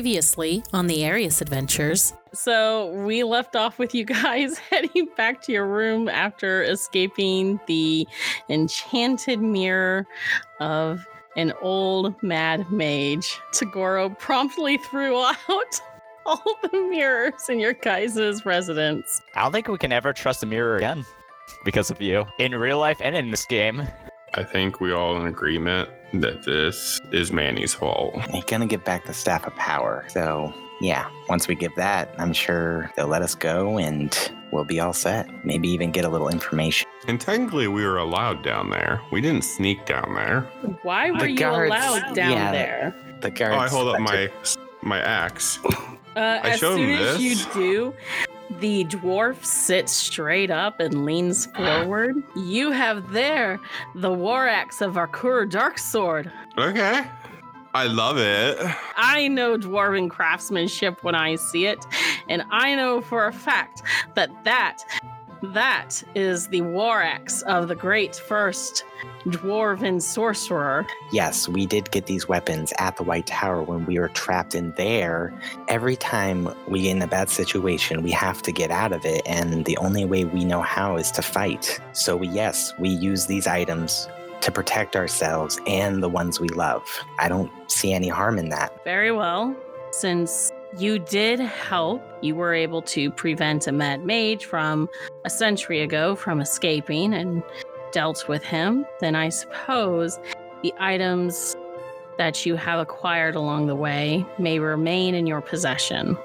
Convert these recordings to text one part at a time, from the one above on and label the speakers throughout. Speaker 1: previously on the Arius Adventures.
Speaker 2: So we left off with you guys heading back to your room after escaping the enchanted mirror of an old mad mage. Tagoro promptly threw out all the mirrors in your guys' residence.
Speaker 3: I don't think we can ever trust a mirror again because of you in real life and in this game.
Speaker 4: I think we all in agreement that this is Manny's fault.
Speaker 5: They're gonna give back the staff of power. So yeah, once we give that, I'm sure they'll let us go and we'll be all set. Maybe even get a little information.
Speaker 4: And technically, we were allowed down there. We didn't sneak down there.
Speaker 2: Why were
Speaker 5: The
Speaker 2: you
Speaker 5: guards-
Speaker 2: allowed down
Speaker 5: yeah,
Speaker 2: there?
Speaker 5: The
Speaker 4: Oh,
Speaker 5: guards.
Speaker 4: I hold up
Speaker 5: let
Speaker 4: my my axe.
Speaker 2: Uh,
Speaker 4: I
Speaker 2: as
Speaker 4: showed
Speaker 2: soon
Speaker 4: him
Speaker 2: as
Speaker 4: this.
Speaker 2: you do, the dwarf sits straight up and leans forward. You have there the war axe of Arkur Darksword.
Speaker 4: Okay. I love it.
Speaker 2: I know dwarven craftsmanship when I see it, and I know for a fact that that that is the war axe of the great first dwarven sorcerer.
Speaker 5: Yes, we did get these weapons at the White Tower when we were trapped in there. Every time we get in a bad situation, we have to get out of it, and the only way we know how is to fight. So, we, yes, we use these items to protect ourselves and the ones we love. I don't see any harm in that.
Speaker 2: Very well. Since you did help, you were able to prevent a mad mage from a century ago from escaping and dealt with him, then I suppose the items that you have acquired along the way may remain in your possession.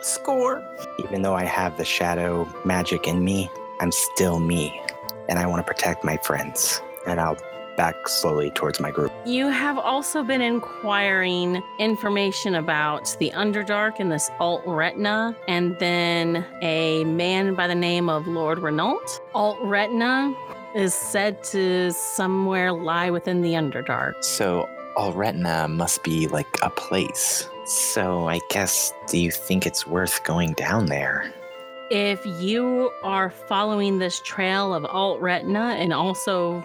Speaker 5: Score! Even though I have the shadow magic in me, I'm still me, and I want to protect my friends. And I'll back slowly towards my group.
Speaker 2: You have also been inquiring information about the Underdark and this Alt Retina, and then a man by the name of Lord Renault. Alt Retina is said to somewhere lie within the Underdark.
Speaker 5: So all retina must be like a place. So I guess do you think it's worth going down there?
Speaker 2: If you are following this trail of Alt Retina and also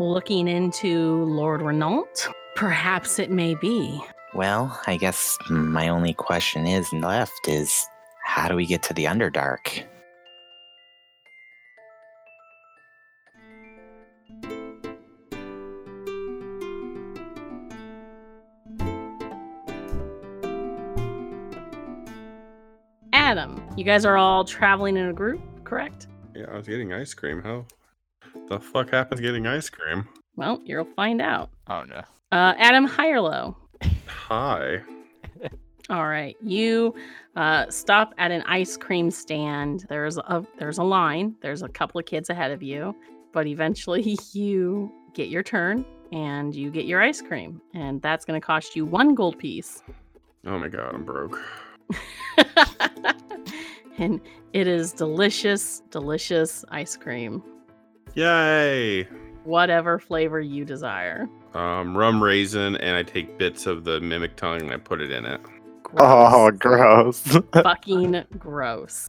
Speaker 2: looking into Lord Renault, perhaps it may be.
Speaker 5: Well, I guess my only question is left is how do we get to the Underdark?
Speaker 2: Adam, you guys are all traveling in a group, correct?
Speaker 4: Yeah, I was getting ice cream. How the fuck happens getting ice cream?
Speaker 2: Well, you'll find out.
Speaker 3: Oh no.
Speaker 2: Uh, Adam, high or low?
Speaker 4: Hi.
Speaker 2: All right, you uh, stop at an ice cream stand. There's a there's a line. There's a couple of kids ahead of you, but eventually you get your turn and you get your ice cream, and that's going to cost you one gold piece.
Speaker 4: Oh my god, I'm broke.
Speaker 2: and it is delicious, delicious ice cream,
Speaker 4: Yay.
Speaker 2: whatever flavor you desire.
Speaker 4: Um, rum raisin, and I take bits of the mimic tongue and I put it in it.
Speaker 5: Oh.
Speaker 2: Gross.
Speaker 5: gross.
Speaker 2: fucking gross.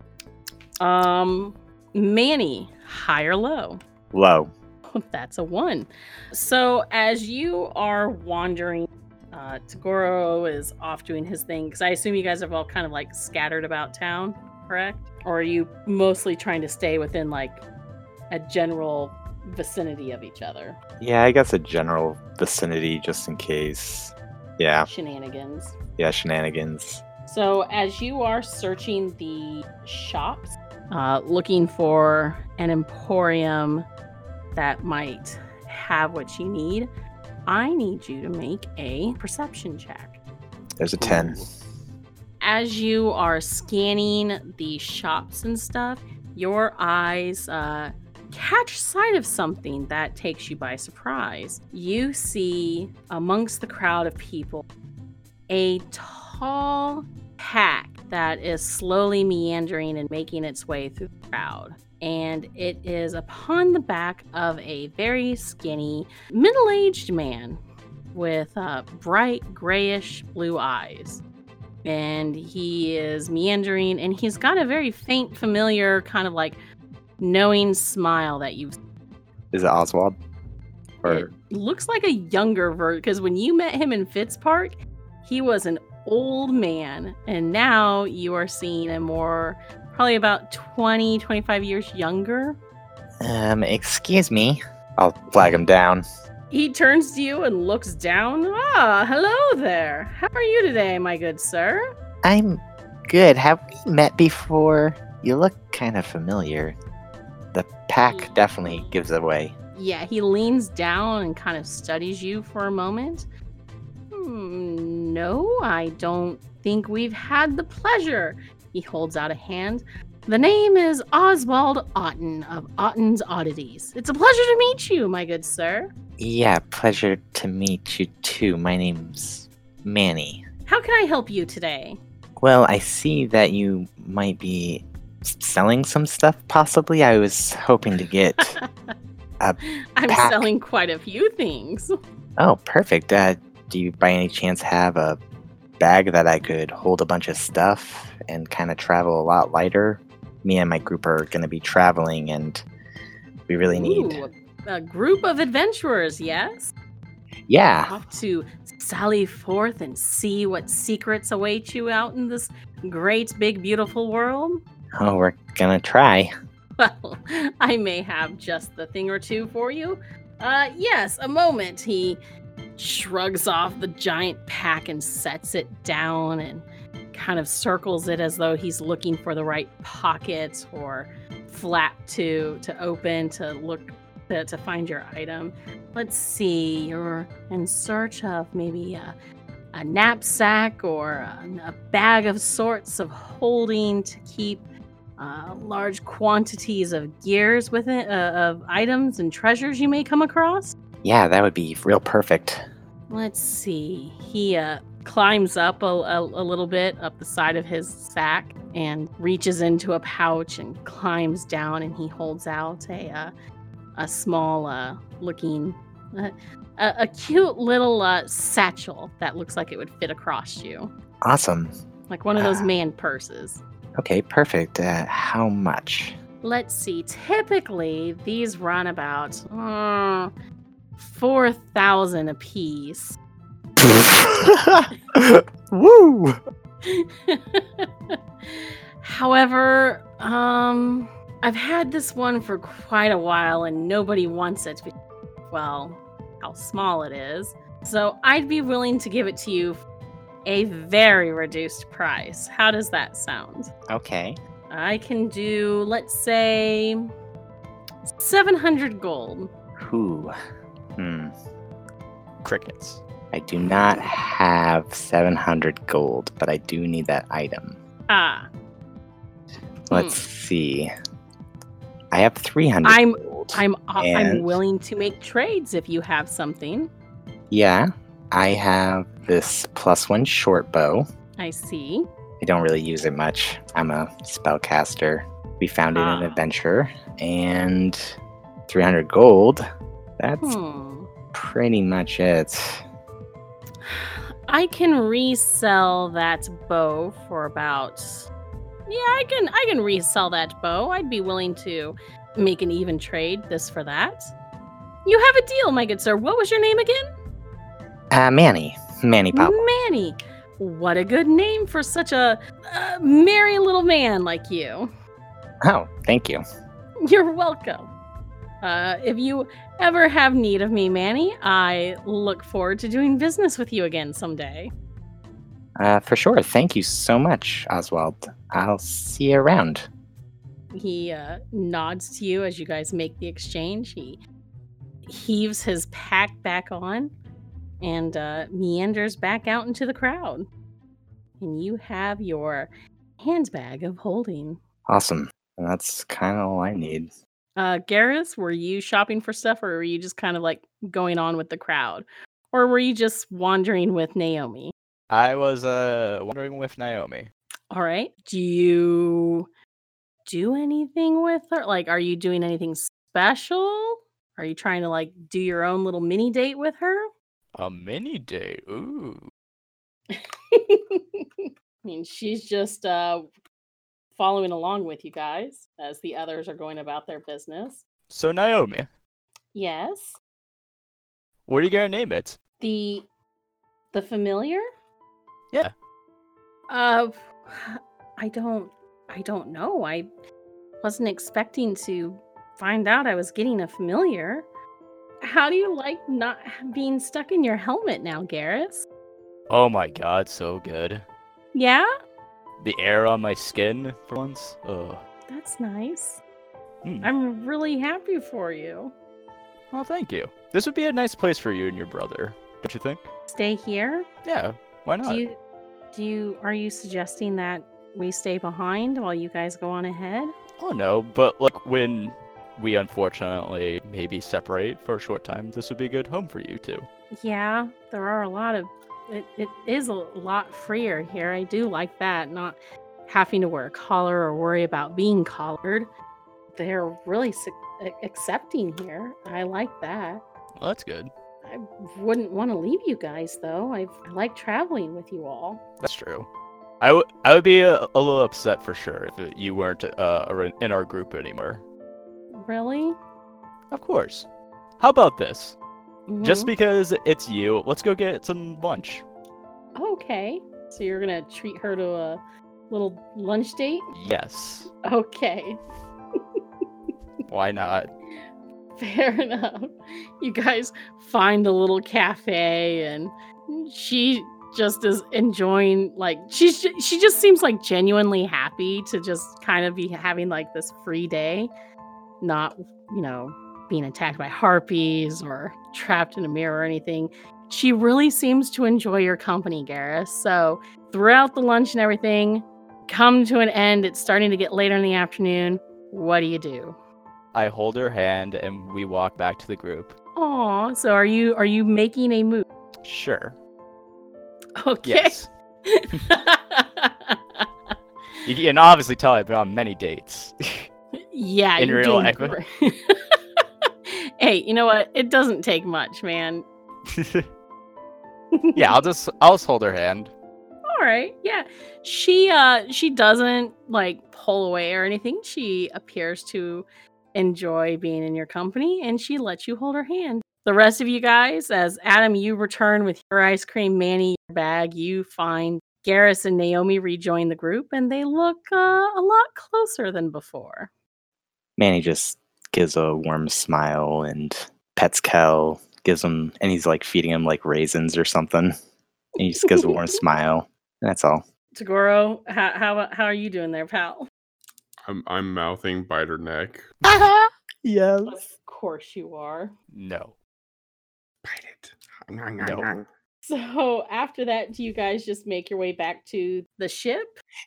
Speaker 2: Um, Manny, high or low?
Speaker 5: Low.
Speaker 2: That's a one. So as you are wandering, uh, Tagoro is off doing his thing because I assume you guys have all kind of like scattered about town, correct? Or are you mostly trying to stay within like a general vicinity of each other?
Speaker 5: Yeah, I guess a general vicinity just in case. Yeah,
Speaker 2: Shenanigans.
Speaker 5: yeah, shenanigans.
Speaker 2: So, as you are searching the shops, uh, looking for an emporium that might have what you need, I need you to make a perception check.
Speaker 5: There's a 10.
Speaker 2: As you are scanning the shops and stuff, your eyes uh, catch sight of something that takes you by surprise. You see amongst the crowd of people a tall pack that is slowly meandering and making its way through the crowd. And it is upon the back of a very skinny, middle aged man with uh, bright grayish blue eyes. And he is meandering, and he's got a very faint, familiar kind of like knowing smile that you've
Speaker 5: Is it Oswald? Or
Speaker 2: looks like a younger version because when you met him in Fitz Park, he was an old man, and now you are seeing a more probably about 20, 25 years younger.
Speaker 5: Um, excuse me. I'll flag him down.
Speaker 2: He turns to you and looks down. Ah, hello there. How are you today, my good sir?
Speaker 5: I'm good. Have we met before? You look kind of familiar. The pack definitely gives it away.
Speaker 2: Yeah, he leans down and kind of studies you for a moment. Hmm, no, I don't think we've had the pleasure. He holds out a hand. The name is Oswald Otten of Otten's Oddities. It's a pleasure to meet you, my good sir.
Speaker 5: Yeah, pleasure to meet you too. My name's Manny.
Speaker 2: How can I help you today?
Speaker 5: Well, I see that you might be s- selling some stuff, possibly. I was hoping to get.
Speaker 2: I'm
Speaker 5: pack.
Speaker 2: selling quite a few things.
Speaker 5: oh, perfect. Uh, do you by any chance have a bag that I could hold a bunch of stuff and kind of travel a lot lighter? Me and my group are going to be traveling and we really need.
Speaker 2: Ooh, a group of adventurers, yes?
Speaker 5: Yeah.
Speaker 2: Off to sally forth and see what secrets await you out in this great, big, beautiful world?
Speaker 5: Oh, we're gonna try.
Speaker 2: Well, I may have just the thing or two for you. Uh, yes, a moment. He shrugs off the giant pack and sets it down and kind of circles it as though he's looking for the right pocket or flap to to open to look to, to find your item. Let's see. You're in search of maybe a, a knapsack or a, a bag of sorts of holding to keep uh, large quantities of gears with it, uh, of items and treasures you may come across.
Speaker 5: Yeah, that would be real perfect.
Speaker 2: Let's see. He uh, climbs up a, a, a little bit up the side of his sack and reaches into a pouch and climbs down and he holds out a uh, a small uh, looking uh, a, a cute little uh, satchel that looks like it would fit across you,
Speaker 5: Awesome.
Speaker 2: like one of those
Speaker 5: Ah.
Speaker 2: man purses.
Speaker 5: Okay, perfect. Uh, how much?
Speaker 2: let's see typically these run about mm, 4000 apiece
Speaker 5: Woo!
Speaker 2: however um i've had this one for quite a while and nobody wants it be- well how small it is so i'd be willing to give it to you for a very reduced price how does that sound
Speaker 5: Okay.
Speaker 2: i can do let's say 700 gold
Speaker 5: Who? Hmm.
Speaker 3: Crickets.
Speaker 5: I do not have 700 gold, but I do need that item.
Speaker 2: ah
Speaker 5: Let's see. I have 300
Speaker 2: Hmm. I'm-
Speaker 5: gold.
Speaker 2: I'm I- I'm
Speaker 5: And-
Speaker 2: willing to make trades if you have something.
Speaker 5: yeah, I have this plus one short bow.
Speaker 2: I see.
Speaker 5: I don't really use it much. I'm a spellcaster. We found it in an
Speaker 2: Ah.
Speaker 5: adventure, and 300 gold. That's
Speaker 2: Hmm.
Speaker 5: pretty much it.
Speaker 2: I can resell that bow for about Yeah, I can I can resell that bow. I'd be willing to make an even trade this for that. You have a deal, my good sir. What was your name again?
Speaker 5: Uh, Manny, Manny Pop.
Speaker 2: Manny. What a good name for such a uh, merry little man like you. Hmm.
Speaker 5: Oh, thank you.
Speaker 2: You're welcome. Uh, if you ever have need of me, Manny, I look forward to doing business with you again someday.
Speaker 5: Uh, for sure. Thank you so much, Oswald. I'll see you around.
Speaker 2: He uh, nods to you as you guys make the exchange. He heaves his pack back on and uh, meanders back out into the crowd. And you have your handbag of holding.
Speaker 5: Awesome. And that's kind of all I need.
Speaker 2: Uh, Garrus, were you shopping for stuff or were you just kind of like going on with the crowd? Or were you just wandering with Naomi?
Speaker 3: I was uh wondering with Naomi.
Speaker 2: All right. Do you do anything with her? Like, are you doing anything special? Are you trying to like do your own little mini date with her?
Speaker 3: A mini date. Ooh.
Speaker 2: I mean, she's just uh, following along with you guys as the others are going about their business.
Speaker 3: So Naomi,
Speaker 2: Yes.
Speaker 3: what are you gonna name it?
Speaker 2: The the familiar?
Speaker 3: Yeah.
Speaker 2: Uh, I don't, I don't know. I wasn't expecting to find out I was getting a familiar. How do you like not being stuck in your helmet now, Garrus?
Speaker 3: Oh my god, so good.
Speaker 2: Yeah,
Speaker 3: The air on my skin for once. Ugh.
Speaker 2: that's nice.
Speaker 3: Hmm.
Speaker 2: I'm really happy for you.
Speaker 3: Well, thank you. This would be a nice place for you and your brother, don't you think?
Speaker 2: Stay here.
Speaker 3: Yeah, why
Speaker 2: Do
Speaker 3: not?
Speaker 2: you, do you, are you suggesting that we stay behind while you guys go on ahead?
Speaker 3: Oh no, but like when we unfortunately maybe separate for a short time, this would be a good home for you too.
Speaker 2: Yeah, there are a lot of it, it is a lot freer here. I do like that, not having to wear a collar or worry about being collared. They're really su- a- accepting here. I like that.
Speaker 3: Well, that's good.
Speaker 2: I wouldn't want to leave you guys though. I, I like traveling with you all.
Speaker 3: That's true. I would I would be a, a little upset for sure if you weren't uh, ar- in our group anymore.
Speaker 2: Really?
Speaker 3: Of course. Mm-hmm. How about this? Just
Speaker 2: Mhm.
Speaker 3: because it's you, let's go get some lunch.
Speaker 2: Mm-hmm. okay. So you're gonna treat her to a little lunch date?
Speaker 3: Yes.
Speaker 2: Okay.
Speaker 3: Why not?
Speaker 2: Fair enough. You guys find a little cafe, and she just is enjoying. Like she's ju- she just seems like genuinely happy to just kind of be having like this free day, not you know being attacked by harpies or trapped in a mirror or anything. She really seems to enjoy your company, Garrus. So throughout the lunch and everything, come to an end. It's starting to get later in the afternoon. What do you do?
Speaker 3: I hold her hand and we walk back to the group.
Speaker 2: Aw, so are you are you making a move?
Speaker 3: Sure.
Speaker 2: Okay.
Speaker 3: Yes. You can obviously tell I've been on many dates.
Speaker 2: yeah,
Speaker 3: In
Speaker 2: you're
Speaker 3: real
Speaker 2: doing
Speaker 3: life.
Speaker 2: great. hey, you know what? It doesn't take much, man.
Speaker 3: yeah, I'll just I'll just hold her hand.
Speaker 2: All right. Yeah. She uh she doesn't like pull away or anything. She appears to enjoy being in your company and she lets you hold her hand. The rest of you guys, as Adam, you return with your ice cream, Manny, your bag, you find Garrus and Naomi rejoin the group and they look uh, a lot closer than before.
Speaker 5: Manny just gives a warm smile and pets Kel, gives him, and he's like feeding him like raisins or something. And he just gives a warm smile. And that's all.
Speaker 2: Tagoro, how, how, how are you doing there, pal?
Speaker 4: I'm, I'm mouthing bite her neck.
Speaker 5: Yeah.
Speaker 2: Of course you are.
Speaker 3: No.
Speaker 4: Bite it.
Speaker 3: No.
Speaker 2: So after that, do you guys just make your way back to the ship?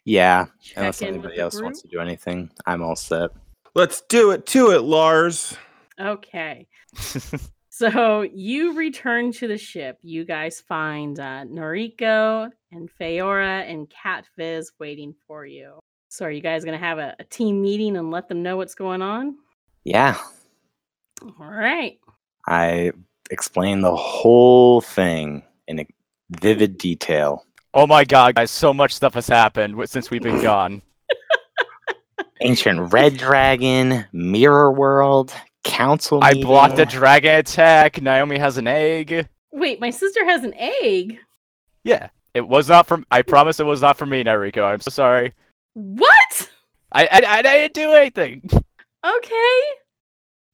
Speaker 5: Yeah.
Speaker 2: check
Speaker 5: Unless
Speaker 2: in with
Speaker 5: anybody
Speaker 2: the
Speaker 5: else
Speaker 2: group.
Speaker 5: wants to do anything, I'm all set.
Speaker 4: Let's do it to it, Lars.
Speaker 2: Okay. So you return to the ship. You guys find uh, Noriko and Feora and Catviz waiting for you. So are you guys going to have a, a team meeting and let them know what's going on?
Speaker 5: Yeah.
Speaker 2: All right.
Speaker 5: I explained the whole thing in vivid detail.
Speaker 3: oh my god, guys, so much stuff has happened wi- since we've been gone.
Speaker 5: Ancient Red Dragon, Mirror World, Council.
Speaker 3: I blocked a
Speaker 5: meeting.
Speaker 3: dragon attack. Naomi has an egg.
Speaker 2: Wait, my sister has an egg.
Speaker 3: Yeah. It was not from I promise it was not for me, Nariko. I'm so sorry.
Speaker 2: What?
Speaker 3: I I, I didn't do anything.
Speaker 2: Okay.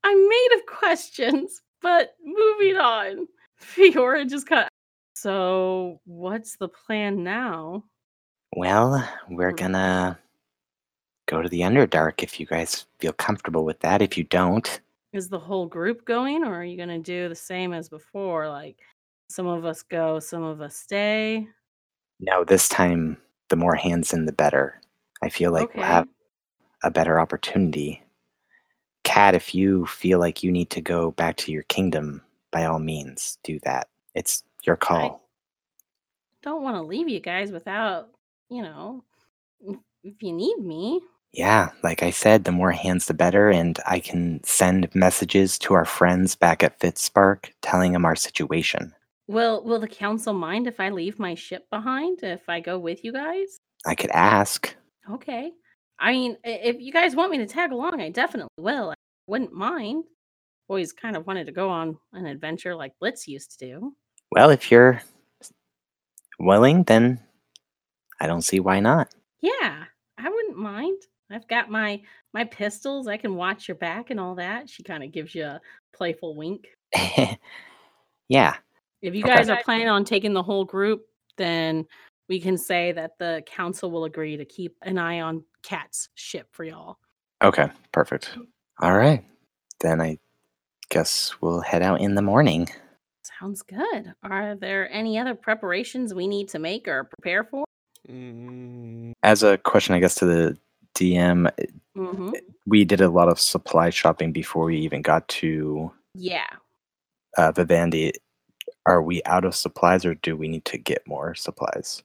Speaker 2: I'm made of questions, but moving on. Fiora just kind of. So what's the plan now?
Speaker 5: Well, we're
Speaker 2: Hmm.
Speaker 5: gonna go to the Underdark if you guys feel comfortable with that. If you don't,
Speaker 2: is the whole group going or are you going to do the same as before like some of us go some of us stay
Speaker 5: no, this time the more hands in, the better. I feel like we'll have a better opportunity. Kat, if you feel like you need to go back to your kingdom, by all means, do that. It's your call.
Speaker 2: don't want to leave you guys without you know if- if you need me
Speaker 5: Yeah, like I said, the more hands, the better. And I can send messages to our friends back at Fitzspark telling them our situation.
Speaker 2: will will the council mind if i leave my ship behind if i go with you guys
Speaker 5: I could ask.
Speaker 2: okay i mean i- if you guys want me to tag along i definitely will i wouldn't mind always kind of wanted to go on an adventure like blitz used to do
Speaker 5: Well, if you're willing, then I don't see why not.
Speaker 2: Yeah, I wouldn't mind. I've got my my pistols. I can watch your back and all that. She kind of gives you a playful wink.
Speaker 5: yeah.
Speaker 2: If you
Speaker 5: Okay.
Speaker 2: guys are planning on taking the whole group, then we can say that the council will agree to keep an eye on Cat's ship for y'all.
Speaker 5: Okay. Perfect. All right. Then I guess we'll head out in the morning.
Speaker 2: Sounds good. Are there any other preparations we need to make or prepare for?
Speaker 4: Mm.
Speaker 5: As a question, I guess, to the DM,
Speaker 2: hmm
Speaker 5: we did a lot of supply shopping before we even got to
Speaker 2: Yeah.
Speaker 5: uh, Vivendi. Are we out of supplies or do we need to get more supplies?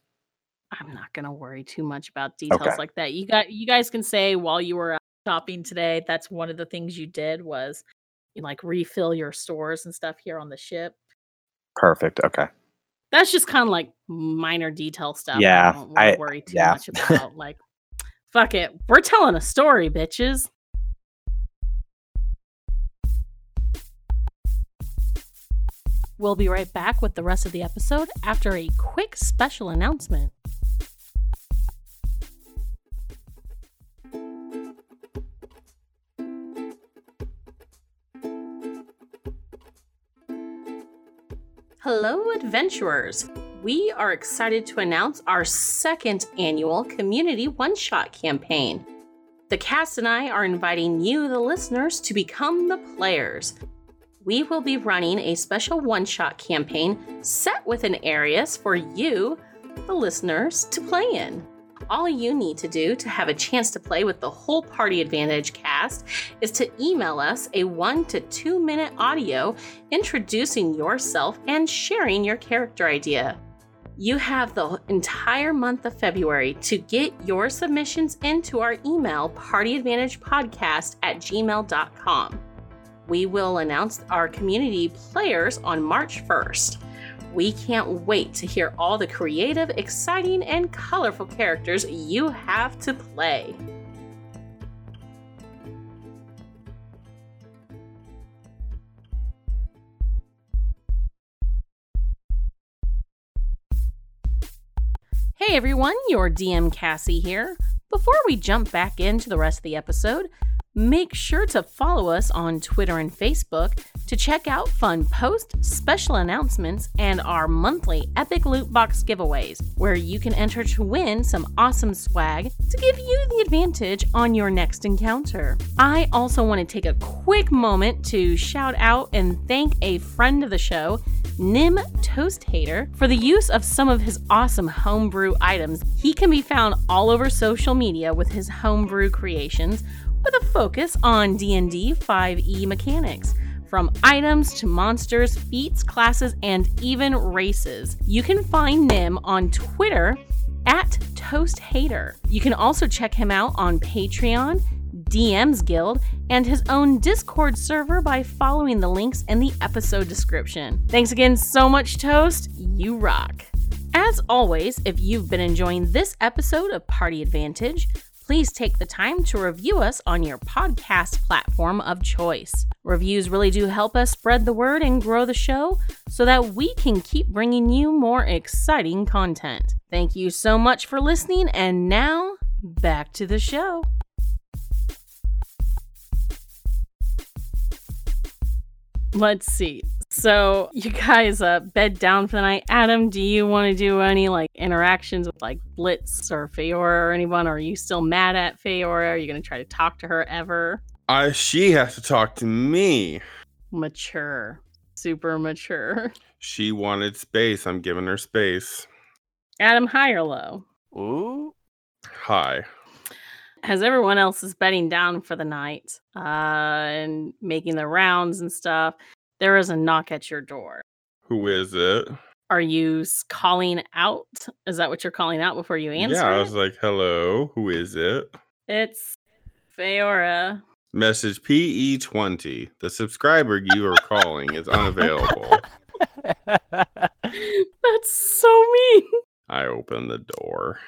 Speaker 2: I'm not gonna worry too much about details
Speaker 5: Okay.
Speaker 2: like that. You got you guys can say while you were out shopping today, that's one of the things you did was you like refill your stores and stuff here on the ship.
Speaker 5: Perfect. Okay.
Speaker 2: That's just kind of like minor detail stuff. I
Speaker 5: Yeah,
Speaker 2: don't
Speaker 5: I-
Speaker 2: wanna worry too
Speaker 5: yeah.
Speaker 2: much about. Like, fuck it, we're telling a story, bitches. We'll be right back with the rest of the episode after a quick special announcement. Hello, adventurers! We are excited to announce our second annual community one shot campaign. The cast and I are inviting you, the listeners, to become the players. We will be running a special one shot campaign set with an Arius for you, the listeners, to play in. All you need to do to have a chance to play with the whole Party Advantage cast is to email us a one to two minute audio introducing yourself, and sharing your character idea. You have the entire month of February to get your submissions into our email, partyadvantagepodcast at gmail.com. We will announce our community players on March 1st. We can't wait to hear all the creative, exciting, and colorful characters you have to play. Hey everyone, your DM Cassie here. Before we jump back into the rest of the episode, make sure to follow us on Twitter and Facebook to check out fun posts, special announcements, and our monthly Epic Loot Box giveaways, where you can enter to win some awesome swag to give you the advantage on your next encounter. I also want to take a quick moment to shout out and thank a friend of the show, Nim Toast Hater for the use of some of his awesome homebrew items. He can be found all over social media with his homebrew creations with a focus on D&D 5e E mechanics. From items to monsters, feats, classes, and even races. You can find Nim on Twitter at Toast Hater. You can also check him out on Patreon, DM's Guild, and his own Discord server by following the links in the episode description. Thanks again so much, Toast. You rock. As always, if you've been enjoying this episode of Party Advantage, please take the time to review us on your podcast platform of choice. Reviews really do help us spread the word and grow the show so that we can keep bringing you more exciting content. Thank you so much for listening, and now back to the show. Let's see. So you guys uh bed down for the night. Adam, do you want to do any like interactions with like Blitz or Feyora or anyone? Or are you still mad at Feyora? Are you gonna try to talk to her ever?
Speaker 4: I she has to talk to me.
Speaker 2: Mature. Super mature.
Speaker 4: She wanted space. I'm giving her space.
Speaker 2: Adam, high or low?
Speaker 3: Ooh.
Speaker 4: Hi.
Speaker 2: as everyone else is bedding down for the night uh, and making their rounds and stuff, there is a knock at your door.
Speaker 4: Who is it?
Speaker 2: Are you s- calling out? Is that what you're calling out before you answer?
Speaker 4: yeah, I
Speaker 2: it?
Speaker 4: was like, hello. Who is it?
Speaker 2: it's Feora.
Speaker 4: Message PE20. The subscriber you are calling is unavailable.
Speaker 2: That's so
Speaker 4: I open the door.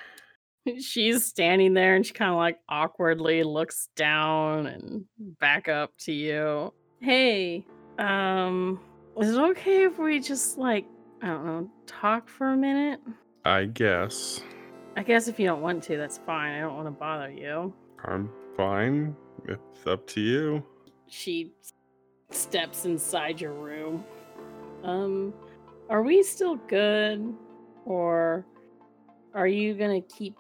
Speaker 2: mean. She's standing there and she kind of like awkwardly looks down and back up to you. Hey, um, is it okay if we just like, I don't know, talk for a minute?
Speaker 4: I guess.
Speaker 2: I guess if you don't want to, that's fine. I don't want to bother you.
Speaker 4: I'm fine. It's up to you.
Speaker 2: She s- steps inside your room. Um, are we still good? Or are you going to keep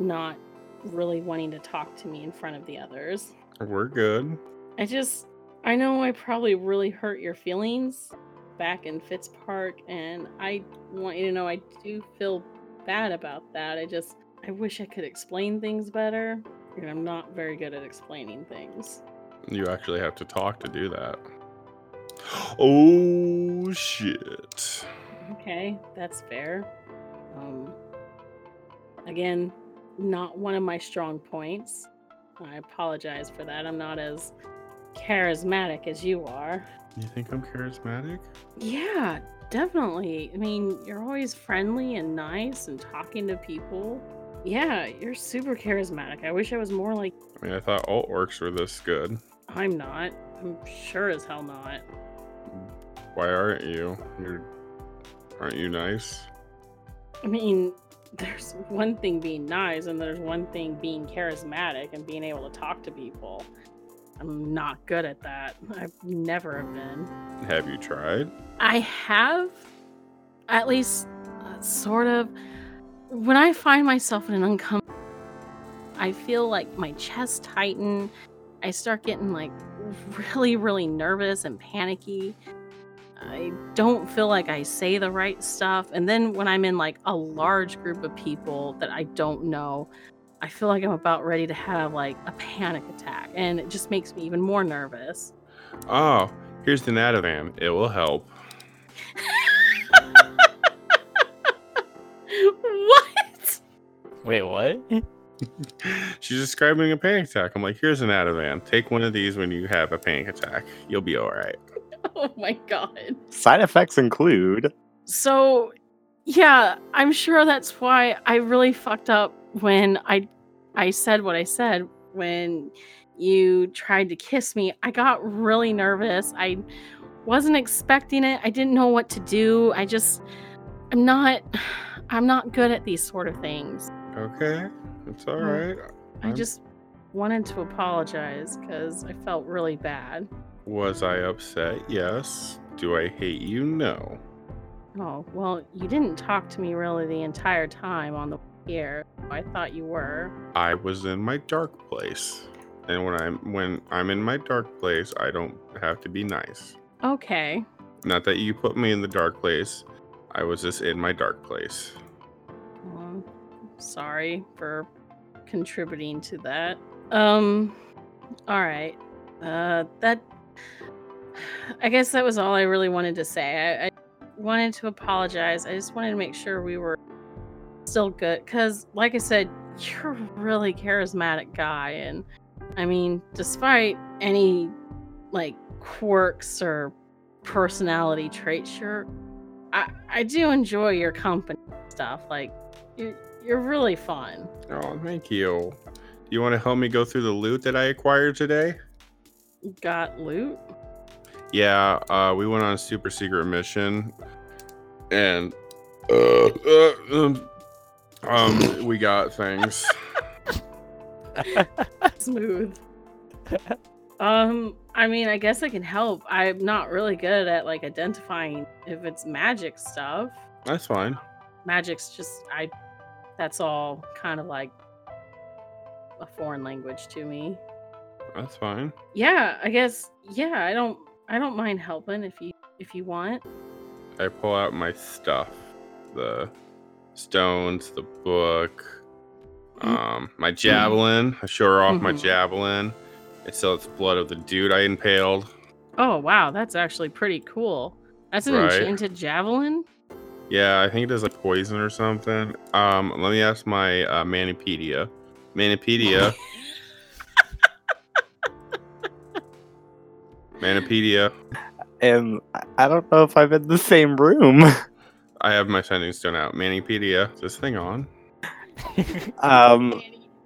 Speaker 2: not really wanting to talk to me in front of the others?
Speaker 4: We're good.
Speaker 2: I just, I know I probably really hurt your feelings back in Fitz Park, and I want you to know I do feel bad about that. I just, I wish I could explain things better, and I'm not very good at explaining things.
Speaker 4: You actually have to talk to do that. Oh shit.
Speaker 2: Okay, that's fair. Um, again, not one of my strong points. I apologize for that. I'm not as charismatic as you are.
Speaker 4: You think I'm charismatic?
Speaker 2: Yeah, definitely. I mean, you're always friendly and nice and talking to people. Yeah, you're super charismatic. I wish I was more like
Speaker 4: I mean, I thought alt orcs were this good.
Speaker 2: I'm not. I'm sure as hell not.
Speaker 4: Why aren't you? You're aren't you nice?
Speaker 2: I mean, there's one thing being nice and there's one thing being charismatic and being able to talk to people. I'm not good at that. I've never have been.
Speaker 4: Have you tried?
Speaker 2: I have, at least, uh, sort of. When I find myself in an uncomfortable, I feel like my chest tighten. I start getting like really, really nervous and panicky. I don't feel like I say the right stuff. And then when I'm in like a large group of people that I don't know, I feel like I'm about ready to have like a panic attack. And it just makes me even more nervous.
Speaker 4: Oh, here's the Natavan. It will help.
Speaker 2: what?
Speaker 3: Wait, what?
Speaker 4: She's describing a panic attack. I'm like, here's an Ativan. Take one of these when you have a panic attack. You'll be all right.
Speaker 2: Oh my god.
Speaker 5: Side effects include
Speaker 2: So, yeah, I'm sure that's why I really fucked up when I I said what I said when you tried to kiss me. I got really nervous. I wasn't expecting it. I didn't know what to do. I just I'm not I'm not good at these sort of things.
Speaker 4: Okay, it's all right.
Speaker 2: Mm. I
Speaker 4: I'm-
Speaker 2: just wanted to apologize cuz I felt really bad.
Speaker 4: Was I upset? Yes. Do I hate you? No.
Speaker 2: Oh, well, you didn't talk to me really the entire time on the here. I thought you were.
Speaker 4: I was in my dark place. And when I'm when I'm in my dark place, I don't have to be nice.
Speaker 2: Okay.
Speaker 4: Not that you put me in the dark place. I was just in my dark place.
Speaker 2: Well, sorry for contributing to that. Um all right. Uh that I guess that was all I really wanted to say. I, I wanted to apologize. I just wanted to make sure we were still good cuz like I said, you're a really charismatic guy and I mean, despite any like quirks or personality traits, you're I, I do enjoy your company and stuff. Like you're you're really fun.
Speaker 4: Oh, thank you. Do you want to help me go through the loot that I acquired today?
Speaker 2: You got loot?
Speaker 4: Yeah, uh, we went on a super secret mission, and uh, uh, um, um, we got things.
Speaker 2: Smooth. um, I mean, I guess I can help. I'm not really good at like identifying if it's magic stuff.
Speaker 4: That's fine.
Speaker 2: Magic's just I that's all kind of like a foreign language to me.
Speaker 4: That's fine.
Speaker 2: Yeah, I guess yeah, I don't I don't mind helping if you if you want.
Speaker 4: I pull out my stuff, the stones, the book, um, my javelin. I show her off my
Speaker 2: Mhm.
Speaker 4: javelin. It's so it's blood of the dude I impaled.
Speaker 2: Oh wow, that's actually pretty cool. That's an
Speaker 4: Right.
Speaker 2: enchanted javelin?
Speaker 4: Yeah, I think it does like poison or something. Um, let me ask my uh, Manipedia. Manipedia. Manipedia.
Speaker 5: and I- I don't know if I'm in the same room.
Speaker 4: I have my sending stone out. Manipedia. Is this thing on?
Speaker 5: Um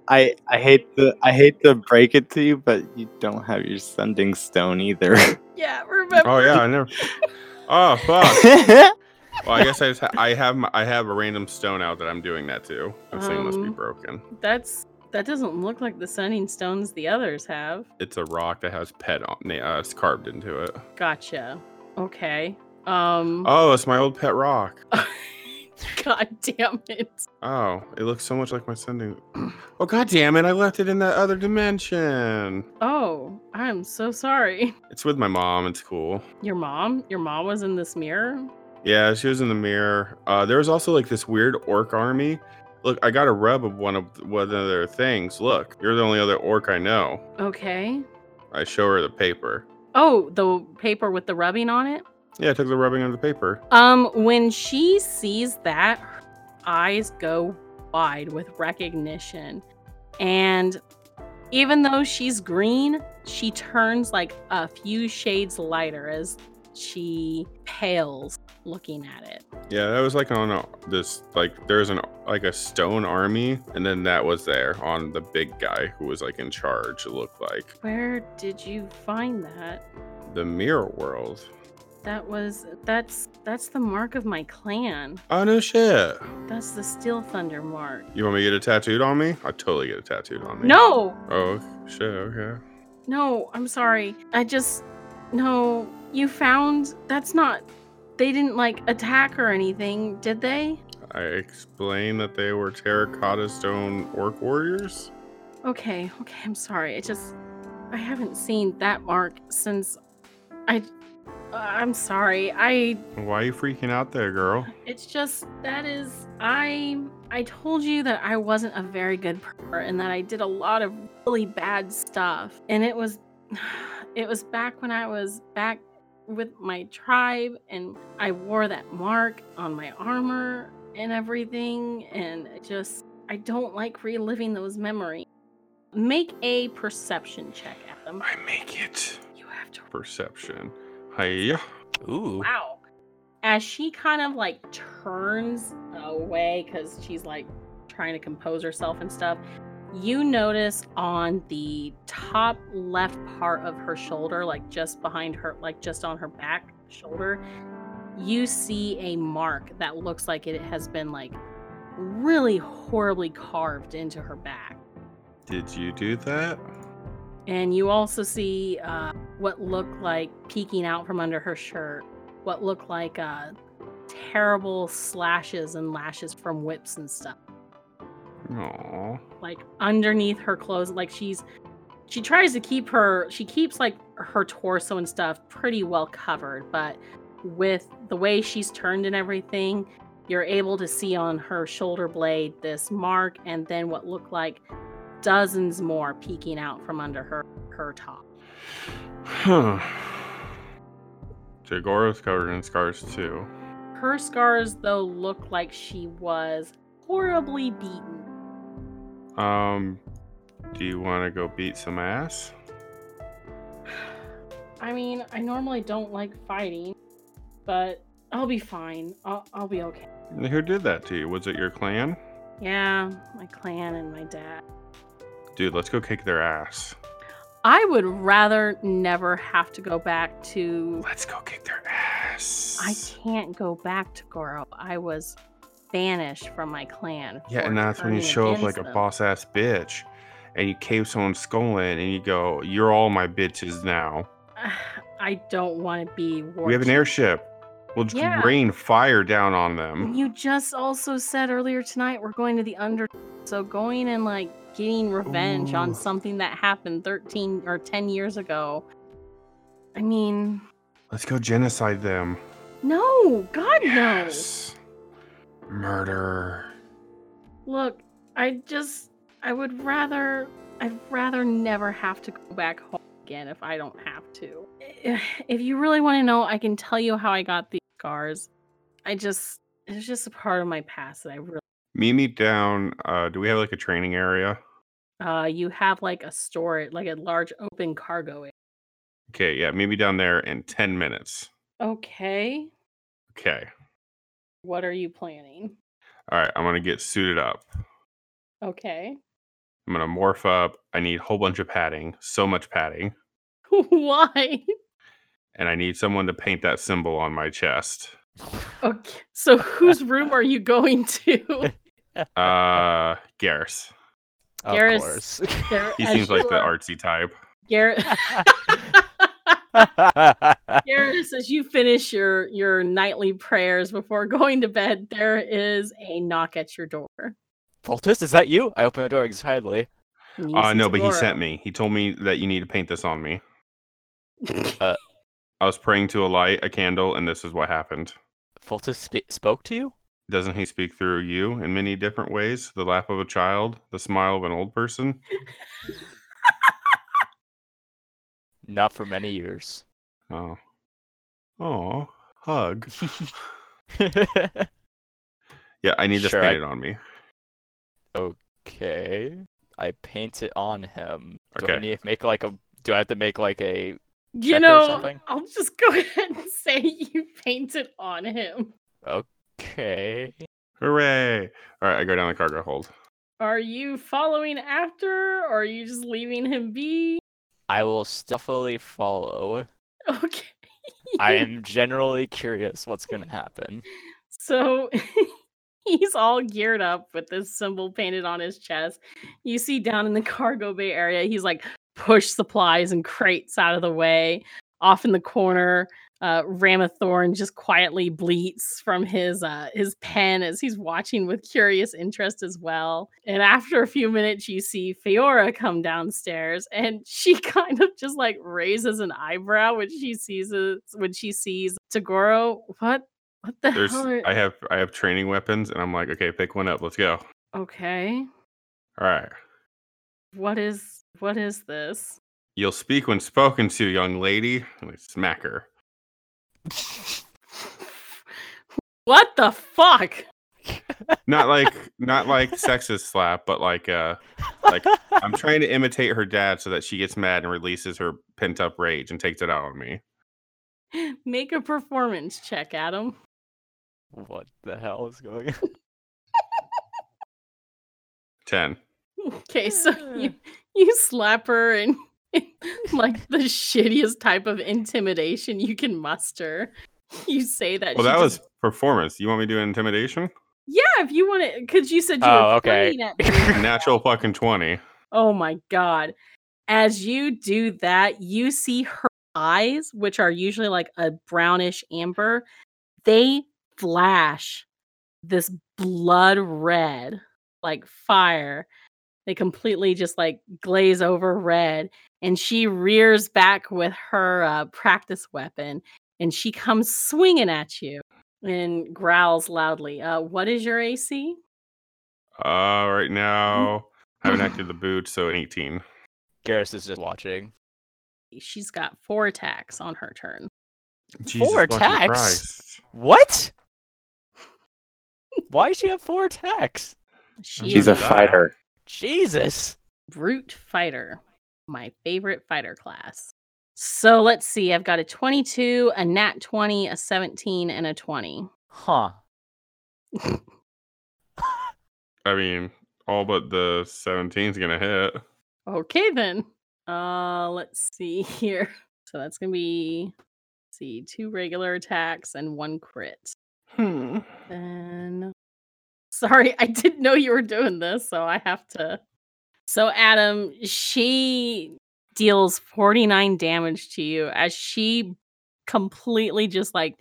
Speaker 5: I I hate the I hate to break it to you, but you don't have your sending stone either.
Speaker 2: Yeah, remember.
Speaker 4: Oh yeah, I never. Oh fuck. Well, I guess I just ha- I have my, I have a random stone out that I'm doing that to. That thing must be
Speaker 2: Um.
Speaker 4: broken.
Speaker 2: That's that doesn't look like the sending stones the others have.
Speaker 4: It's a rock that has pet on. na- Uh, it's carved into it.
Speaker 2: Gotcha. Okay. Um.
Speaker 4: Oh, it's my old pet rock.
Speaker 2: God damn it.
Speaker 4: Oh, it looks so much like my sending. Oh god damn it! I left it in that other dimension.
Speaker 2: Oh, I'm so sorry.
Speaker 4: It's with my mom. It's cool.
Speaker 2: Your mom? Your mom was in this mirror?
Speaker 4: Yeah, she was in the mirror. Uh, there was also like this weird orc army. Look, I got a rub of one of one of their things. Look, you're the only other orc I know.
Speaker 2: Okay.
Speaker 4: I show her the paper.
Speaker 2: Oh, the paper with the rubbing on it?
Speaker 4: Yeah, I took the rubbing of the paper.
Speaker 2: Um, when she sees that, her eyes go wide with recognition. And even though she's green, she turns like a few shades lighter as she pales looking at it.
Speaker 4: Yeah, that was like on a, this like there's an like a stone army, and then that was there on the big guy who was like in charge. It looked like
Speaker 2: Where did you find that?
Speaker 4: the mirror world.
Speaker 2: That was that's that's the mark of my clan.
Speaker 4: Oh no shit!
Speaker 2: That's the Steel Thunder mark.
Speaker 4: You want me to get a tattooed on me? I totally get a tattooed on me.
Speaker 2: No,
Speaker 4: Oh shit. Okay.
Speaker 2: no, I'm sorry. I just no. You found that's not. They didn't like attack or anything, did they?
Speaker 4: I explained that they were terracotta stone orc warriors.
Speaker 2: Okay, okay. I'm sorry. I just I haven't seen that mark since I. uh, I'm sorry. I
Speaker 4: Why are you freaking out there, girl?
Speaker 2: It's just that is I I told you that I wasn't a very good prepper and that I did a lot of really bad stuff. And it was it was back when I was back with my tribe and I wore that mark on my armor and everything and it just I don't like reliving those memories. Make a perception check, Adam.
Speaker 4: I make it.
Speaker 2: You have to
Speaker 4: Perception. Hiya.
Speaker 3: Ooh.
Speaker 2: Wow. As she kind of like turns away because she's like trying to compose herself and stuff, you notice on the top left part of her shoulder, like just behind her, like just on her back shoulder, you see a mark that looks like it has been like really horribly carved into her back.
Speaker 4: Did you do that?
Speaker 2: And you also see uh, what looked like peeking out from under her shirt, what looked like uh, terrible slashes and lashes from whips and stuff.
Speaker 4: Aww.
Speaker 2: Like underneath her clothes, like she's she tries to keep her she keeps like her torso and stuff pretty well covered, but with the way she's turned and everything, you're able to see on her shoulder blade this mark and then what looked like dozens more peeking out from under her her top.
Speaker 4: Huh. Jagora's covered in scars too.
Speaker 2: Her scars, though, look like she was horribly beaten.
Speaker 4: Um, do you want to go beat some ass?
Speaker 2: I mean, I normally don't like fighting, but I'll be fine. I'll, I'll be okay.
Speaker 4: Who did that to you? Was it your clan?
Speaker 2: Yeah, my clan and my dad.
Speaker 4: Dude, let's go kick their ass.
Speaker 2: I would rather never have to go back to.
Speaker 4: Let's go kick their
Speaker 2: I
Speaker 4: ass.
Speaker 2: can't go back to Goro. I was banished from my clan.
Speaker 4: Yeah,
Speaker 2: for
Speaker 4: and that's when you
Speaker 2: turning
Speaker 4: show up
Speaker 2: against
Speaker 4: like a
Speaker 2: them.
Speaker 4: boss ass bitch and you cave someone's skull in and you go, You're all my bitches now.
Speaker 2: I don't want to be.
Speaker 4: We have an
Speaker 2: warchief.
Speaker 4: airship. We'll just
Speaker 2: Yeah.
Speaker 4: rain fire down on them.
Speaker 2: You just also said earlier tonight we're going to the under. So going and like getting revenge
Speaker 4: Ooh.
Speaker 2: on something that happened 13 or 10 years ago. I mean,
Speaker 4: Let's go genocide them.
Speaker 2: no, God
Speaker 4: Yes. Murder.
Speaker 2: no. Look, I just I would rather I'd rather never have to go back home again if I don't have to. If you really want to know, I can tell you how I got these scars. I just it's just a part of my past that I really
Speaker 4: Meet me down. Uh, do we have like a training area?
Speaker 2: uh you have like a storage like a large open cargo area.
Speaker 4: Okay, yeah, meet me down there in 10 minutes.
Speaker 2: Okay.
Speaker 4: Okay.
Speaker 2: What are you planning?
Speaker 4: All right, I'm going to get suited up.
Speaker 2: Okay.
Speaker 4: I'm going to morph up. I need a whole bunch of padding, so much padding.
Speaker 2: Why?
Speaker 4: And I need someone to paint that symbol on my chest.
Speaker 2: Okay. So whose room are you going to?
Speaker 4: Uh, Garrus.
Speaker 3: Of
Speaker 2: Garrus-
Speaker 3: course.
Speaker 2: Gar-
Speaker 4: He
Speaker 2: as
Speaker 4: seems like
Speaker 2: you
Speaker 4: the
Speaker 2: are-
Speaker 4: artsy type.
Speaker 2: Gar- Garrus, as you finish your your nightly prayers before going to bed, there is a knock at your door.
Speaker 3: Voltus, is that you? I open the door excitedly.
Speaker 2: And you
Speaker 4: Uh,
Speaker 2: see
Speaker 4: no, but he
Speaker 2: Zora.
Speaker 4: sent me. He told me that you need to paint this on me.
Speaker 3: Uh.
Speaker 4: I was praying to a light, a candle, and this is what happened.
Speaker 3: Voltus sp- spoke to you?
Speaker 4: Doesn't he speak through you in many different ways? The laugh of a child, the smile of an old person.
Speaker 3: Not for many years.
Speaker 4: Oh, oh, hug. Yeah, I need this
Speaker 3: Sure, I-
Speaker 4: painted on me.
Speaker 3: okay. I paint it on him. Do I
Speaker 4: Okay.
Speaker 3: need to make like a do I have to make like a check
Speaker 2: You
Speaker 3: or
Speaker 2: know,
Speaker 3: something?
Speaker 2: I'll just go ahead and say you painted on him.
Speaker 3: okay.
Speaker 4: Hooray! All right, I go down the cargo hold.
Speaker 2: Are you following after, or are you just leaving him be?
Speaker 3: I will stealthily follow.
Speaker 2: Okay.
Speaker 3: I am generally curious what's gonna happen.
Speaker 2: So he's all geared up with this symbol painted on his chest. You see down in the cargo bay area, he's like push supplies and crates out of the way. Off in the corner, uh, Ramathorn just quietly bleats from his uh, his pen as he's watching with curious interest as well. And after a few minutes, you see Fiora come downstairs, and she kind of just like raises an eyebrow when she sees it, when she sees Tagoro. What? What the
Speaker 4: There's,
Speaker 2: hell? are-
Speaker 4: I have, I have training weapons, and I'm like, okay, pick one up. Let's go.
Speaker 2: Okay.
Speaker 4: All right.
Speaker 2: What is what is this?
Speaker 4: You'll speak when spoken to, young lady. And we smack her.
Speaker 2: what the fuck?
Speaker 4: Not like, not like sexist slap, but like, uh, Like, I'm trying to imitate her dad so that she gets mad and releases her pent up rage and takes it out on me.
Speaker 2: Make a performance check, Adam.
Speaker 3: what the hell is going on?
Speaker 4: Ten.
Speaker 2: Okay, so you you slap her and like the shittiest type of intimidation you can muster. You say that.
Speaker 4: Well,
Speaker 2: she
Speaker 4: that was
Speaker 2: just-
Speaker 4: performance. You want me to do intimidation?
Speaker 2: yeah. If you want to, because you said you
Speaker 3: Oh,
Speaker 2: were
Speaker 3: okay.
Speaker 2: pointing at me.
Speaker 4: Natural fucking twenty.
Speaker 2: Oh my god. As you do that, you see her eyes, which are usually like a brownish amber, they flash this blood red, like fire. They completely just like glaze over red. And she rears back with her uh, practice weapon and she comes swinging at you and growls loudly. Uh, what is your AC?
Speaker 4: Uh, right now I haven't acted the boot, so an eighteen.
Speaker 3: Garrus is just watching.
Speaker 2: She's got four attacks on her turn.
Speaker 3: Four
Speaker 4: fucking
Speaker 3: attacks?
Speaker 4: Christ.
Speaker 3: What? Why does she have four attacks?
Speaker 2: She is
Speaker 5: She's a
Speaker 4: Yeah.
Speaker 5: fighter.
Speaker 3: Jesus.
Speaker 2: brute fighter, my favorite fighter class. So let's see. I've got a 22, a nat 20, a 17, and a 20.
Speaker 3: Huh.
Speaker 4: I mean, all but the 17's gonna hit.
Speaker 2: Okay then. Uh, let's see here. So that's gonna be, let's see, two regular attacks and one crit.
Speaker 4: Hmm.
Speaker 2: Then, sorry, I didn't know you were doing this, so I have to. So, Adam, she deals 49 damage to you as she completely just like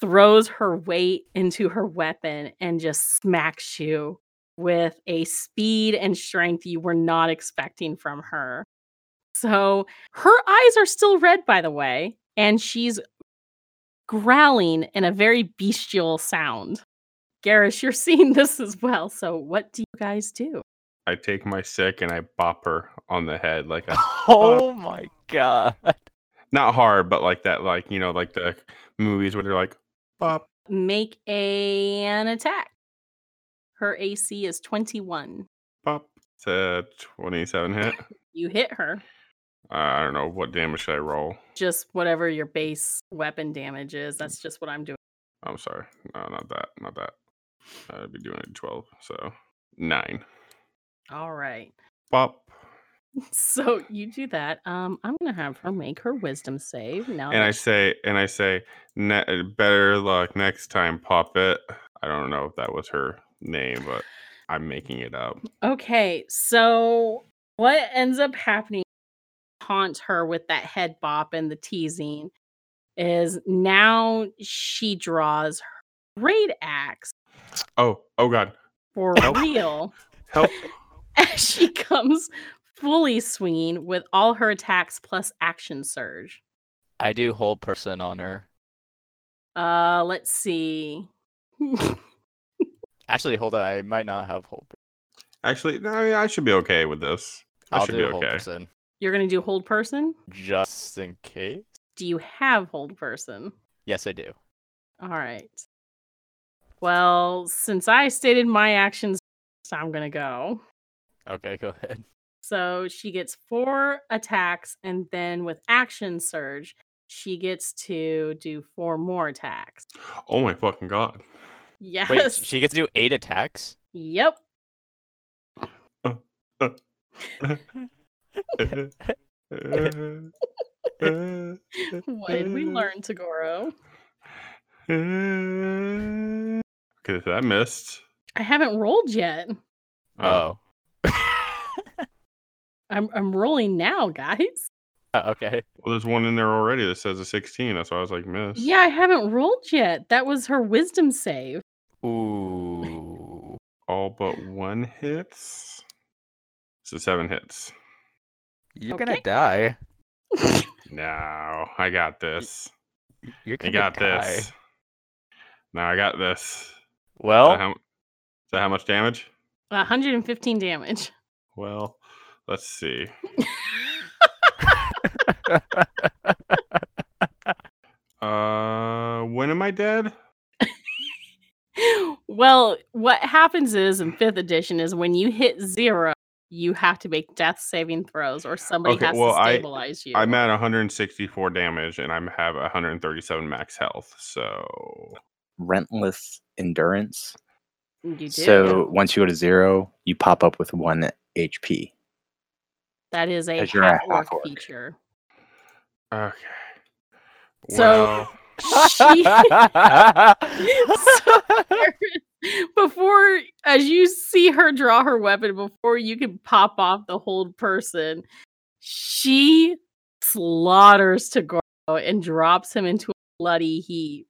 Speaker 2: throws her weight into her weapon and just smacks you with a speed and strength you were not expecting from her. So, her eyes are still red, by the way, and she's growling in a very bestial sound. Garish, you're seeing this as well. So, what do you guys do?
Speaker 4: I take my sick and I bop her on the head like a
Speaker 3: Oh my god.
Speaker 4: not hard, but like that, like you know, like the movies where they're like bop.
Speaker 2: Make a- an attack. Her AC is 21.
Speaker 4: Pop. It's a 27 hit.
Speaker 2: You hit her,
Speaker 4: Uh, I don't know what damage should I roll.
Speaker 2: just whatever your base weapon damage is. That's just what I'm doing.
Speaker 4: I'm sorry. No, not that. Not that. I'd be doing it 12. So nine.
Speaker 2: All right.
Speaker 4: Pop.
Speaker 2: So you do that. Um, I'm gonna have her make her wisdom save now.
Speaker 4: And I
Speaker 2: that
Speaker 4: say, and I say, ne- uh, better luck next time, Poppet. I don't know if that was her name, but I'm making it up.
Speaker 2: Okay, so what ends up happening haunt her with that head bop and the teasing is now she draws her great axe
Speaker 4: Oh, oh God,
Speaker 2: for real
Speaker 4: help!
Speaker 2: as she comes fully swinging with all her attacks plus action surge.
Speaker 3: I do whole person on her.
Speaker 2: Uh, let's see.
Speaker 3: Actually, hold on. I might not have whole. person.
Speaker 4: Actually, no, I, mean, I should be okay with this. I
Speaker 3: I'll
Speaker 4: should
Speaker 3: do
Speaker 4: be
Speaker 3: whole
Speaker 4: okay.
Speaker 3: person
Speaker 2: You're gonna do hold person?
Speaker 3: just in case.
Speaker 2: Do you have hold person?
Speaker 3: Yes, I do.
Speaker 2: All right. Well, since I stated my actions, I'm going to go.
Speaker 3: Okay, go ahead.
Speaker 2: So she gets four attacks, and then with action surge, she gets to do four more attacks.
Speaker 4: Oh my fucking God!
Speaker 2: Yes.
Speaker 3: Wait, she gets to do eight attacks.
Speaker 2: Yep. What did we learn, Tagoro?
Speaker 4: okay, so I missed. Uh,
Speaker 2: I haven't rolled yet.
Speaker 3: Oh.
Speaker 2: I'm I'm rolling now, guys.
Speaker 3: Oh, okay.
Speaker 4: Well, there's one in there already that says a 16. That's why I was like, miss.
Speaker 2: Yeah, I haven't rolled yet. That was her wisdom save.
Speaker 3: Ooh.
Speaker 4: All but one hits. So seven hits.
Speaker 3: You're
Speaker 2: Okay.
Speaker 3: gonna die.
Speaker 4: No, I got this.
Speaker 3: You're
Speaker 4: I
Speaker 3: gonna
Speaker 4: got
Speaker 3: die.
Speaker 4: this. No, I got this. Is, that
Speaker 3: Well,
Speaker 4: how, is that how much damage?
Speaker 2: 115 damage.
Speaker 4: Well, let's see. Uh, when am I dead?
Speaker 2: well, what happens is in fifth edition is when you hit zero, you have to make death saving throws, or somebody
Speaker 4: Okay,
Speaker 2: has
Speaker 4: well,
Speaker 2: to
Speaker 4: I-
Speaker 2: stabilize you.
Speaker 4: I'm at 164 damage and I am have 137 max health. So
Speaker 5: Rentless endurance.
Speaker 2: you do.
Speaker 5: So once you go to zero, you pop up with one HP.
Speaker 2: that is a
Speaker 5: as you're a
Speaker 2: half orc
Speaker 5: half orc.
Speaker 2: feature.
Speaker 4: okay.
Speaker 2: So-
Speaker 4: Well,
Speaker 2: She- before, as you see her draw her weapon, before you can pop off the hold person, she slaughters Tagoro and drops him into a bloody heap.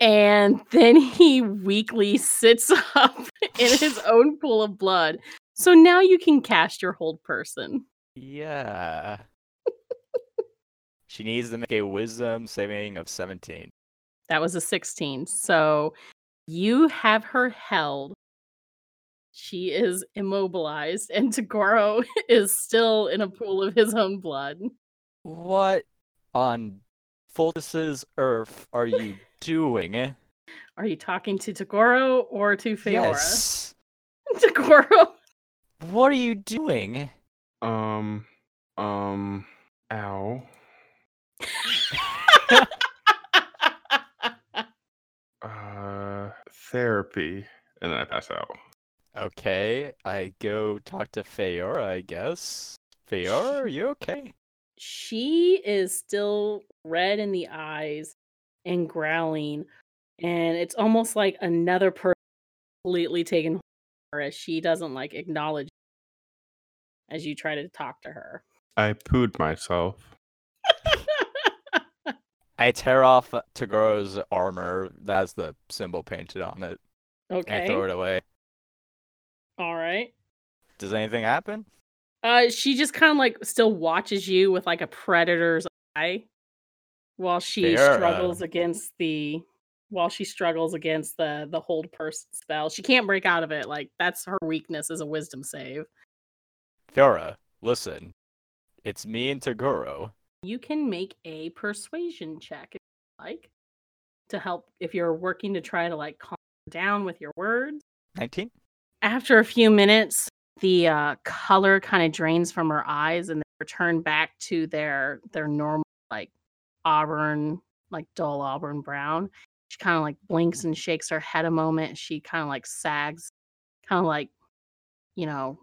Speaker 2: And then he weakly sits up in his own pool of blood. So now you can cast your hold person.
Speaker 3: yeah. She needs to make a wisdom saving of 17.
Speaker 2: That was a 16. So you have her held. She is immobilized, and Tagoro is still in a pool of his own blood.
Speaker 3: What on Fultus's earth are you doing? eh?
Speaker 2: Are you talking to Tagoro or to Feora?
Speaker 3: Yes.
Speaker 2: Tagoro.
Speaker 3: What are you doing?
Speaker 4: um, um, ow. Uh, therapy. And then I pass out.
Speaker 3: Okay, I go talk to Feora, I guess. Feora, are you okay?
Speaker 2: she is still red in the eyes and growling and it's almost like another person completely taken hold of her as she doesn't like acknowledge as you try to talk to her
Speaker 4: I pooed myself.
Speaker 3: I tear off Tagoro's armor that has the symbol painted on it. and I
Speaker 2: okay
Speaker 3: throw it away.
Speaker 2: all right
Speaker 3: Does anything happen?
Speaker 2: uh she just kind of like still watches you with like a predator's eye while she
Speaker 3: Fair,
Speaker 2: struggles
Speaker 3: uh,
Speaker 2: against the while she struggles against the the hold person spell she can't break out of it like that's her weakness is a wisdom save
Speaker 3: Feora, listen. It's me and Tagoro.
Speaker 2: you can make a persuasion check if you like to help if you're working to try to like calm her down with your words
Speaker 3: 19?
Speaker 2: after a few minutes the uh, color kind of drains from her eyes and they return back to their their normal like auburn like dull auburn brown she kind of like blinks and shakes her head a moment she kind of like sags kind of like you know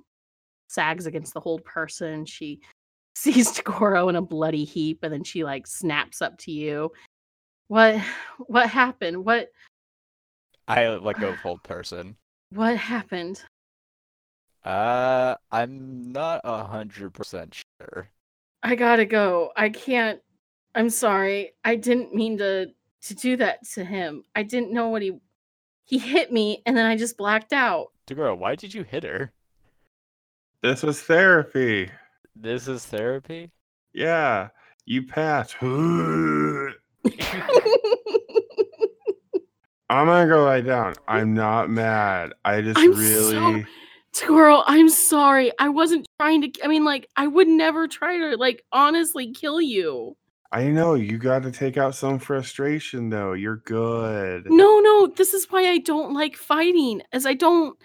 Speaker 2: sags against the hold person. She sees Goro in a bloody heap, and then she like snaps up to you. What what happened? What
Speaker 3: I let go of hold person.
Speaker 2: what happened?
Speaker 3: Uh, I'm not a hundred percent sure.
Speaker 2: I gotta go. I can't. I'm sorry. I didn't mean to to do that to him. I didn't know what he he hit me, and then I just blacked out.
Speaker 3: Tagoro, why did you hit her?
Speaker 4: This was therapy.
Speaker 3: This is therapy.
Speaker 4: Yeah, you passed. I'm gonna go lie down. I'm not mad. I just
Speaker 2: I'm so-
Speaker 4: really.
Speaker 2: Squirrel, I'm sorry. I wasn't trying to. I mean, like, I would never try to, like, honestly kill you.
Speaker 4: I know you got to take out some frustration though. You're good.
Speaker 2: No, no. This is why I don't like fighting, as I don't.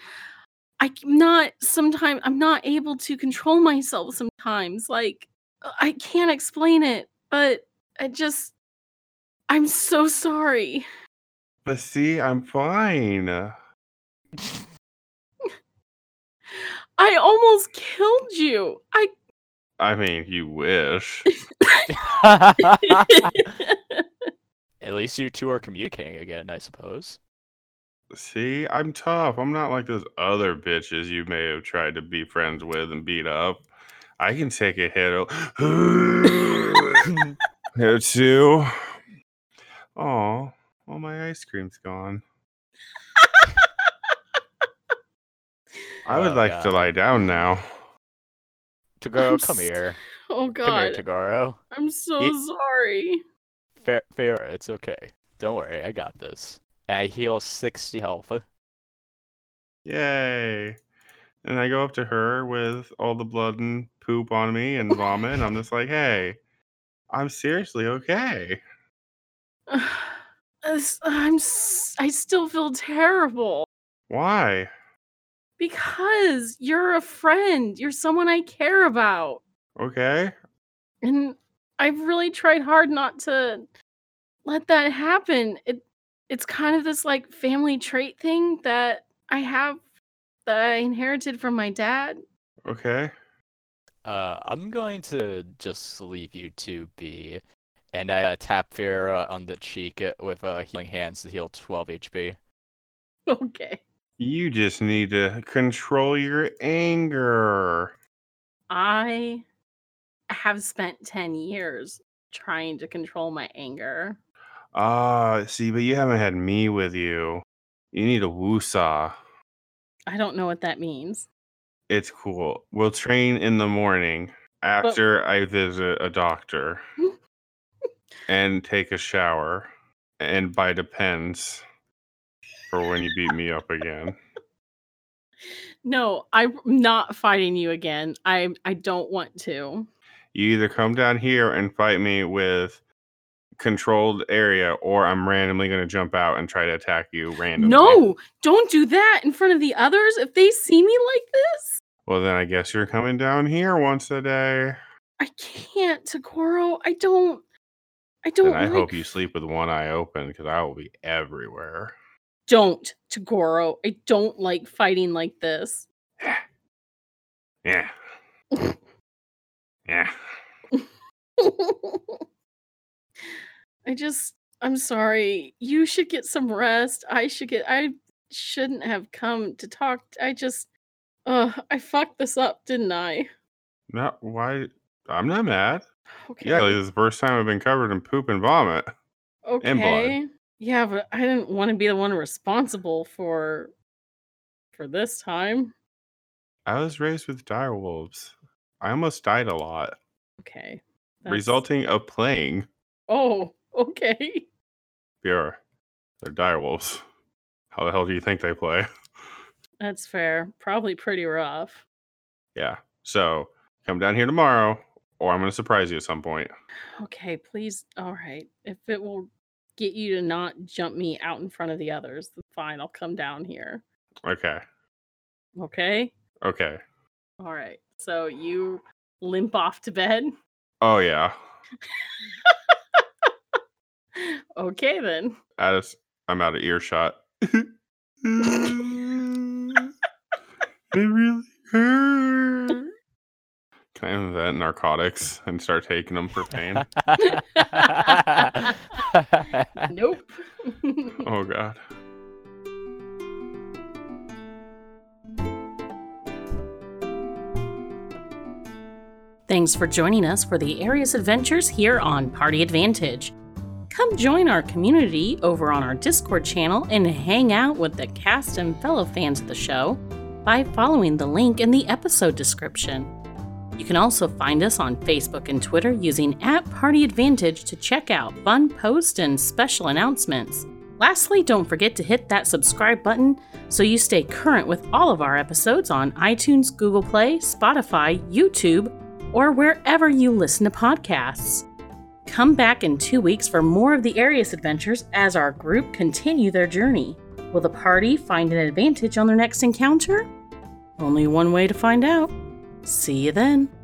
Speaker 2: I'm not sometimes. I'm not able to control myself sometimes. Like, uh, I can't explain it, but I just. I'm so sorry.
Speaker 4: But see, I'm fine.
Speaker 2: I almost killed you. I.
Speaker 4: I mean, you wish.
Speaker 3: At least you two are communicating again, I suppose.
Speaker 4: See, I'm tough. I'm not like those other bitches you may have tried to be friends with and beat up. I can take a hit. o- Hit too. Oh, all my ice cream's gone. I would
Speaker 3: Oh,
Speaker 4: like to
Speaker 3: God.
Speaker 4: lie down now.
Speaker 3: Tagoro,
Speaker 2: I'm
Speaker 3: come
Speaker 2: s-
Speaker 3: here.
Speaker 2: oh
Speaker 3: Come here,
Speaker 2: God.
Speaker 3: Tagoro.
Speaker 2: I'm so
Speaker 3: It-
Speaker 2: sorry.
Speaker 3: Fair, fair. It's okay. Don't worry, I got this. I heal sixty health.
Speaker 4: Yay. And I go up to her with all the blood and poop on me and vomit. and I'm just like, hey, I'm seriously okay.
Speaker 2: This- I'm. s- I still feel terrible.
Speaker 4: Why?
Speaker 2: Because you're a friend. You're someone I care about.
Speaker 4: Okay.
Speaker 2: And I've really tried hard not to let that happen. It it's kind of this like family trait thing that I have that I inherited from my dad.
Speaker 4: Okay.
Speaker 3: Uh, I'm going to just leave you two be, and I uh, tap Vera on the cheek uh, with uh, healing hands to heal twelve HP.
Speaker 2: Okay.
Speaker 4: You just need to control your anger.
Speaker 2: I have spent 10 years trying to control my anger.
Speaker 4: Ah, see, but you haven't had me with you. You need a woosah.
Speaker 2: I don't know what that means.
Speaker 4: It's cool. We'll train in the morning after I visit a doctor and take a shower and buy depends for when you beat me up again.
Speaker 2: No, I'm not fighting you again. I I don't want to.
Speaker 4: You either come down here and fight me with controlled area or I'm randomly going to jump out and try to attack you randomly.
Speaker 2: No, don't do that in front of the others. If they see me like this,
Speaker 4: Well, then I guess you're coming down here once a day.
Speaker 2: I can't, Takoro. I don't. I don't.
Speaker 4: And I
Speaker 2: like-
Speaker 4: hope you sleep with one eye open because I will be everywhere.
Speaker 2: Don't, Takoro. I don't like fighting like this.
Speaker 4: Yeah. yeah.
Speaker 2: I just. I'm sorry. You should get some rest. I should get. I shouldn't have come to talk. I just. Uh, I fucked this up, didn't I?
Speaker 4: Not why. I'm not mad.
Speaker 2: Okay.
Speaker 4: Yeah, like, this is the first time I've been covered in poop and vomit.
Speaker 2: okay.
Speaker 4: and blood.
Speaker 2: Yeah, but I didn't want to be the one responsible for for this time.
Speaker 4: I was raised with dire wolves. I almost died a lot,
Speaker 2: Okay. that's-
Speaker 4: resulting of playing
Speaker 2: Oh, okay.
Speaker 4: Pure. They're dire wolves. How the hell do you think they play?
Speaker 2: That's fair. Probably pretty rough.
Speaker 4: Yeah. So come down here tomorrow, or I'm going to surprise you at some point.
Speaker 2: Okay, please. All right. If it will get you to not jump me out in front of the others, then fine. I'll come down here.
Speaker 4: Okay.
Speaker 2: Okay?
Speaker 4: Okay.
Speaker 2: All right. So you limp off to bed.
Speaker 4: Oh, yeah.
Speaker 2: okay then.
Speaker 4: Addis, I'm out of earshot. it really Can I invent narcotics and start taking them for pain?
Speaker 2: Nope.
Speaker 4: oh god.
Speaker 2: Thanks for joining us for the Area's Adventures here on Party Advantage. Come join our community over on our Discord channel and hang out with the cast and fellow fans of the show by following the link in the episode description. You can also find us on Facebook and Twitter using at Party Advantage to check out fun posts and special announcements. Lastly, don't forget to hit that subscribe button so you stay current with all of our episodes on iTunes, Google Play, Spotify, YouTube, or wherever you listen to podcasts. Come back in two weeks for more of the Arius adventures as our group continue their journey. Will the party find an advantage on their next encounter? Only one way to find out. See you then.